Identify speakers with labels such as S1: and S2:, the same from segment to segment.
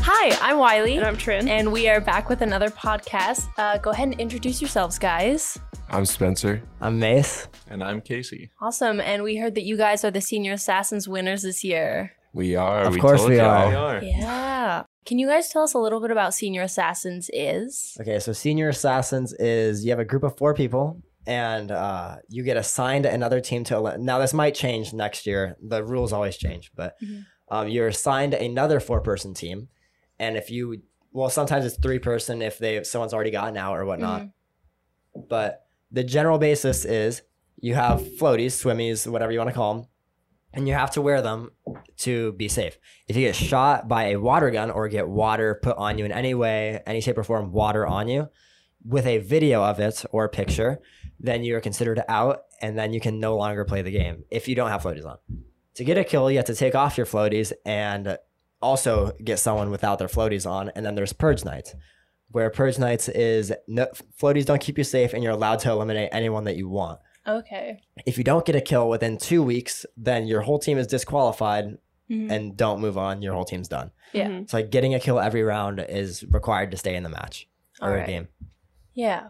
S1: Hi, I'm Wiley.
S2: And I'm Trin.
S1: And we are back with another podcast. Uh, go ahead and introduce yourselves, guys.
S3: I'm Spencer.
S4: I'm Mace.
S5: And I'm Casey.
S1: Awesome. And we heard that you guys are the Senior Assassins winners this year.
S3: We are.
S4: Of
S3: we
S4: course
S3: told
S4: we
S3: y'all.
S4: are.
S1: Yeah. Can you guys tell us a little bit about Senior Assassins is?
S4: Okay, so Senior Assassins is you have a group of four people and uh, you get assigned another team to. ele- Now, this might change next year. The rules always change, but
S1: Mhm.
S4: um, you're assigned another four person team. And if you, well, sometimes it's three person if they if someone's already gotten out or whatnot. But the general basis is you have floaties, swimmies, whatever you want to call them, and you have to wear them to be safe. If you get shot by a water gun or get water put on you in any way, any shape or form, water on you, with a video of it or a picture, then you are considered out and then you can no longer play the game if you don't have floaties on. To get a kill, you have to take off your floaties and also get someone without their floaties on. And then there's purge nights, where purge nights is no, floaties don't keep you safe and you're allowed to eliminate anyone that you want
S1: Okay.
S4: if you don't get a kill within two weeks, then your whole team is disqualified
S1: Mhm.
S4: and don't move on. Your whole team's done.
S1: Yeah.
S2: Mhm.
S4: It's like getting a kill every round is required to stay in the match or
S1: Alright.
S4: a game.
S1: Yeah.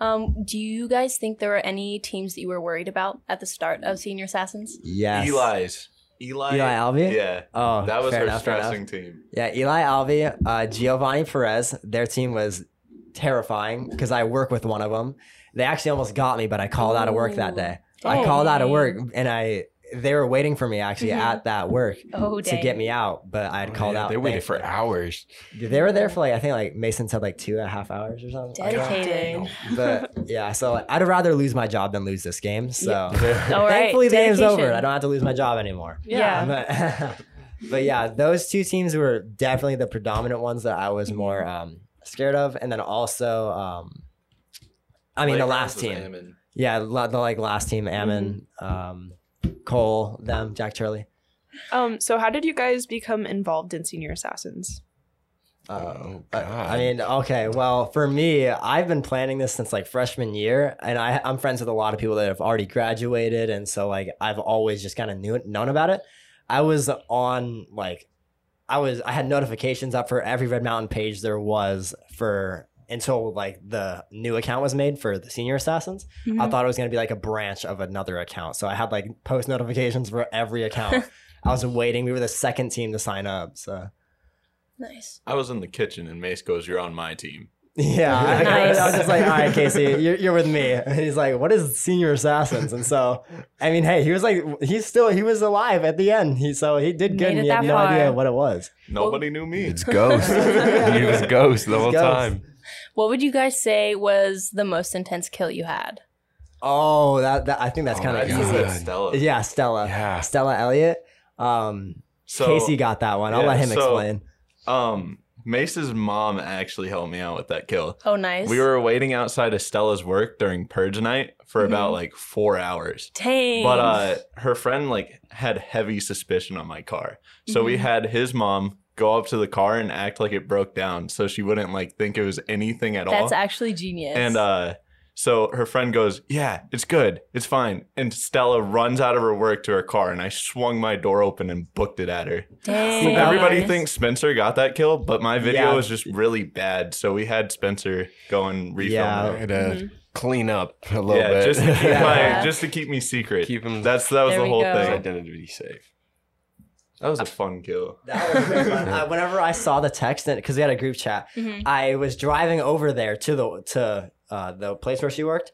S1: Um, do you guys think there were any teams that you were worried about at the start of Senior Assassins?
S4: Yes.
S5: Eli's. Eli.
S4: Eli Alvey?
S5: Yeah.
S4: Oh,
S5: That was
S4: fair
S5: her
S4: enough, fair enough.
S5: stressing team.
S4: Yeah, Eli Alvey, uh, Giovanni Perez. Their team was terrifying because I work with one of them. They actually almost got me, but I called out of work that
S1: Ooh.
S4: day.
S1: Oh,
S4: I called out of
S1: dang.
S4: work, and I they were waiting for me actually
S1: Mhm.
S4: at that work
S1: Oh, dang.
S4: to get me out, but I had called
S3: Oh, Yeah,
S4: out.
S3: They waited
S4: thankfully.
S3: for hours.
S4: They were there for like I think like Mason said like two and a half hours or something. like that.
S1: Dedicated.
S4: But yeah, so like, I'd rather lose my job than lose this game. So
S1: All right.
S4: Oh. thankfully the game's over.
S1: dedication.
S4: I don't have to lose my job anymore.
S2: Um,
S1: Yeah.
S4: But, but yeah, those two teams were definitely the predominant ones that I was more um, scared of, and then also, um, I mean, the last team. Yeah, la- the like last team: Ammon, um, Cole, them, Jack Charlie.
S2: Um, so how did you guys become involved in Senior Assassins?
S4: Uh,
S3: Oh,
S4: I- I
S3: God.
S4: mean, okay. Well, for me, I've been planning this since like freshman year, and I, I'm friends with a lot of people that have already graduated, and so like I've always just kind of knew known about it. I was on like, I was I had notifications up for every Red Mountain page there was for until like the new account was made for the Senior Assassins. I
S1: Mhm.
S4: thought it was gonna be like a branch of another account, so I had like post notifications for every account. I was waiting. We were the second team to sign up, so.
S1: Nice.
S5: I was in the kitchen and Mace goes, You're on my team.
S4: Yeah, I-
S1: Nice.
S4: I, was just like, all right, Casey, you're, you're with me. And he's like, what is senior assassins? And so, I mean, hey, he was like, he's still, he was alive at the end. He so he did
S1: Made
S4: good, and
S1: it
S4: he had
S1: that
S4: no
S1: far.
S4: idea what it was.
S5: Nobody knew me.
S3: it's Ghost. he was Ghost the
S4: He's
S3: whole
S4: Ghost.
S3: time.
S1: What would you guys say was the most intense kill you had?
S4: Oh, that, that I think that's
S3: Oh
S4: kind
S3: my
S4: of
S5: That's
S3: God.
S4: easy.
S5: like Stella.
S4: Yeah, Stella,
S3: Yeah.
S4: Stella Elliott. Um,
S5: So,
S4: Casey got that one. I'll
S5: yeah,
S4: let him
S5: so-
S4: explain.
S5: um, Mace's mom actually helped me out with that kill.
S1: Oh, nice.
S5: We were waiting outside of Stella's work during purge night for
S1: Mhm.
S5: about like four hours.
S1: Dang.
S5: But uh, her friend like had heavy suspicion on my car, so we
S1: Mhm.
S5: had his mom go up to the car and act like it broke down, so she wouldn't like think it was anything at all.
S1: That's actually genius.
S5: and uh, so her friend goes, "Yeah, it's good, it's fine." And Stella runs out of her work to her car, and I swung my door open and booked it at her.
S1: Dang.
S4: Nice.
S5: Everybody thinks Spencer got that kill, but my video
S4: Yeah.
S5: was just really bad, so we had Spencer go and refilm
S4: Yeah.
S5: it.
S3: I had to
S4: mm-hmm.
S3: clean up a little
S5: Yeah,
S3: bit.
S5: just to keep
S1: Yeah.
S5: my just to keep me secret.
S3: Keep him.
S5: That's that was
S1: There
S5: the
S1: we
S5: whole
S1: go.
S3: his
S5: thing.
S3: identity safe.
S5: That was a fun kill.
S4: That was really fun. I- Uh, Whenever I saw the text, because we had a group chat,
S1: Mhm.
S4: I was driving over there to the to uh, the place where she worked,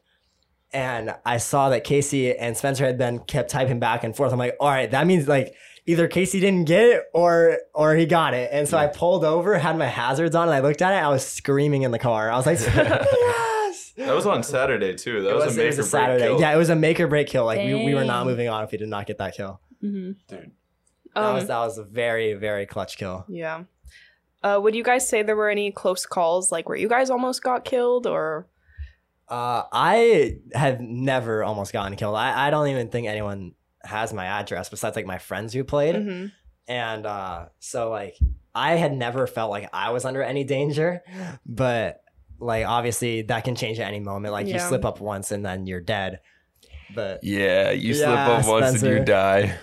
S4: and I saw that Casey and Spencer had been kept typing back and forth. I'm like, all right, that means like either Casey didn't get it or or he got it. And so I pulled over, had my hazards on, and I looked at it. I was screaming in the car. I was like, yes.
S5: That was on Saturday too. That
S4: It
S5: was, a
S4: it
S5: make or break kill.
S4: Yeah, it was a make or break kill. Like we, we were
S1: Dang.
S4: not moving on if we did not get that kill.
S2: Mm-hmm.
S5: Dude.
S4: That
S2: Um,
S4: was that was a very very clutch kill.
S2: yeah. Uh, would you guys say there were any close calls, like where you guys almost got killed, or
S4: Uh, I have never almost gotten killed. I, I don't even think anyone has my address besides like my friends who played.
S1: Mm-hmm.
S2: Mhm.
S4: And uh, so like I had never felt like I was under any danger, but like obviously that can change at any moment. Like you
S2: Yeah.
S4: slip up once and then you're dead. But
S3: Yeah, you slip
S4: Yeah,
S3: up once and
S4: Spencer.
S3: you die.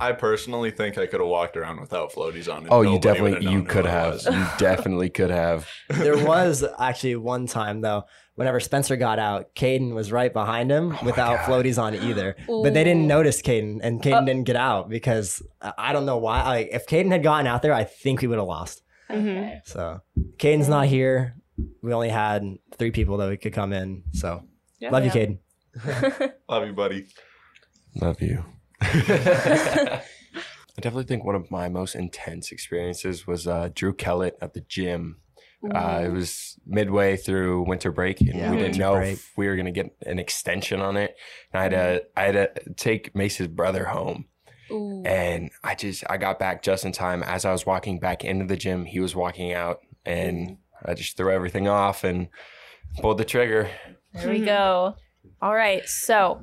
S5: I personally think I could have walked around without floaties on. and
S3: Oh,
S5: nobody
S3: you
S5: would have
S3: definitely,
S5: known
S3: you
S5: who
S3: could
S5: I
S3: have.
S5: was.
S3: You definitely could have.
S4: There was actually one time though, whenever Spencer got out, Caden was right behind him without floaties on either. But they didn't
S1: Ooh.
S4: notice Caden, and Caden
S2: Uh-
S4: didn't get out because I I don't know why. Like if Caden had gotten out there, I think we would have lost.
S2: Mm-hmm.
S1: Okay.
S4: So Caden's not here. We only had three people that we could come in. So
S2: Yeah.
S4: love you,
S1: Yeah.
S4: Caden.
S5: Love you, buddy.
S3: Love you. I definitely think one of my most intense experiences was uh, Drew Kellett at the gym.
S1: Mm-hmm.
S3: Uh, it was midway through winter break, and
S4: Mm-hmm. Yeah,
S3: we didn't
S4: winter
S3: know
S4: break. Mm-hmm.
S3: if we were gonna get an extension on it. And I had to, I had to take Mace's brother home,
S1: Ooh.
S3: and I just, I got back just in time. As I was walking back into the gym, he was walking out, and
S4: Mm-hmm.
S3: I just threw everything off and pulled the trigger.
S1: There
S2: Mm-hmm.
S1: we go. All right. So,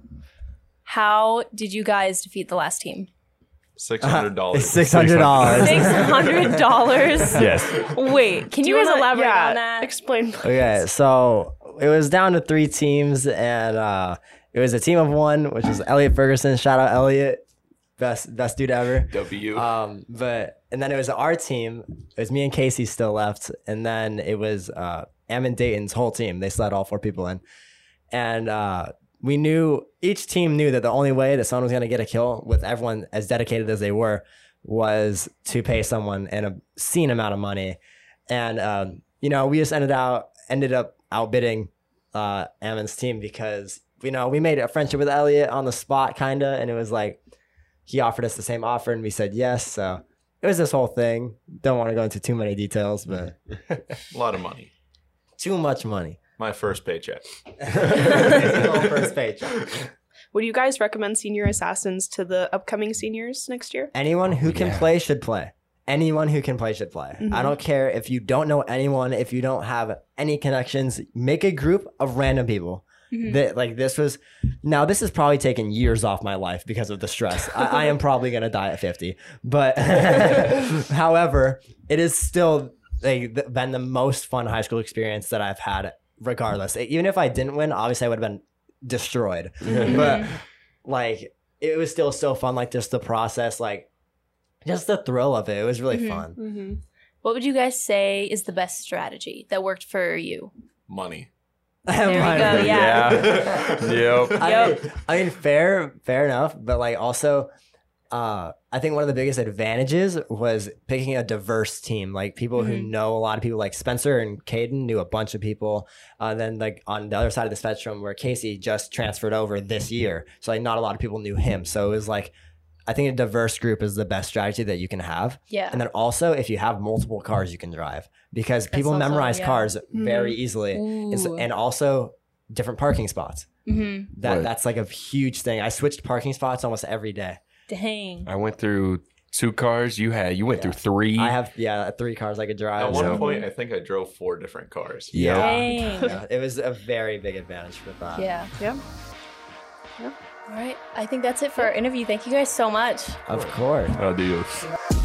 S1: how did you guys defeat the last team?
S5: Six hundred dollars.
S4: It's Uh-huh. six hundred dollars.
S1: Six hundred dollars.
S3: Yes.
S1: Wait, can
S2: Do
S1: you, guys
S2: wanna-
S1: elaborate
S2: yeah,
S1: on that?
S2: Explain. please.
S4: Okay, so it was down to three teams, and uh, it was a team of one, which is Elliot Ferguson. Shout out Elliot, best best dude ever.
S3: W.
S4: Um, but and then it was our team. It was me and Casey still left, and then it was uh, Em and Dayton's whole team. They still had all four people in, and uh, we knew each team knew that the only way that someone was gonna get a kill with everyone as dedicated as they were was to pay someone an obscene amount of money, and um, you know we just ended out ended up outbidding uh, Ammon's team because you know we made a friendship with Elliot on the spot, kinda, and it was like he offered us the same offer and we said yes. So it was this whole thing. Don't want to go into too many details, but
S5: A lot of money.
S4: too much money.
S5: My first paycheck.
S4: First page.
S2: Would you guys recommend senior assassins to the upcoming seniors next year?
S4: Anyone who can
S3: Yeah.
S4: play should play. Anyone who can play should play. I
S2: Mhm.
S4: don't care if you don't know anyone, if you don't have any connections, make a group of random people.
S1: Mhm.
S4: That like this was now this has probably taken years off my life because of the stress. I, I am probably gonna die at fifty, but however, it has still like th- been the most fun high school experience that I've had. Regardless, E, even if I didn't win, obviously I would have been destroyed.
S1: Mm-hmm.
S4: But like it was still so fun. Like just the process, like just the thrill of it. It was really
S1: Mhm.
S4: fun.
S2: Mm-hmm.
S1: What would you guys say is the best strategy that worked for you?
S5: Money.
S1: There we go. Oh, Yeah.
S3: yep.
S4: I mean, I mean, fair, fair enough. But like, also, uh, I think one of the biggest advantages was picking a diverse team, like people who
S1: Mhm.
S4: know a lot of people. Like Spencer and Caden knew a bunch of people. Uh, then like on the other side of the spectrum, where Casey just transferred over this year, so like not a lot of people knew him. So it was like, I think a diverse group is the best strategy that you can have.
S1: Yeah.
S4: And then also, if you have multiple cars, you can drive because people
S1: also-
S4: memorize
S1: yeah. Mm-hmm.
S4: cars very easily. It's-
S1: Ooh.
S4: and also different parking spots.
S1: Mhm.
S4: That
S3: Right.
S4: that's like a huge thing. I switched parking spots almost every day.
S1: Dang.
S5: Uh,
S3: I went through two cars. You had you went
S4: Yeah.
S3: through three.
S4: I have yeah, three cars I could drive.
S5: At
S4: so-
S5: one point, I think I drove four different cars.
S3: yeah.
S1: Dang.
S4: yeah, it was a very big advantage with that.
S1: Yeah.
S2: Yeah.
S1: All right. I think that's it for our interview. Thank you guys so much.
S5: Oh,
S4: Of course.
S3: Adios.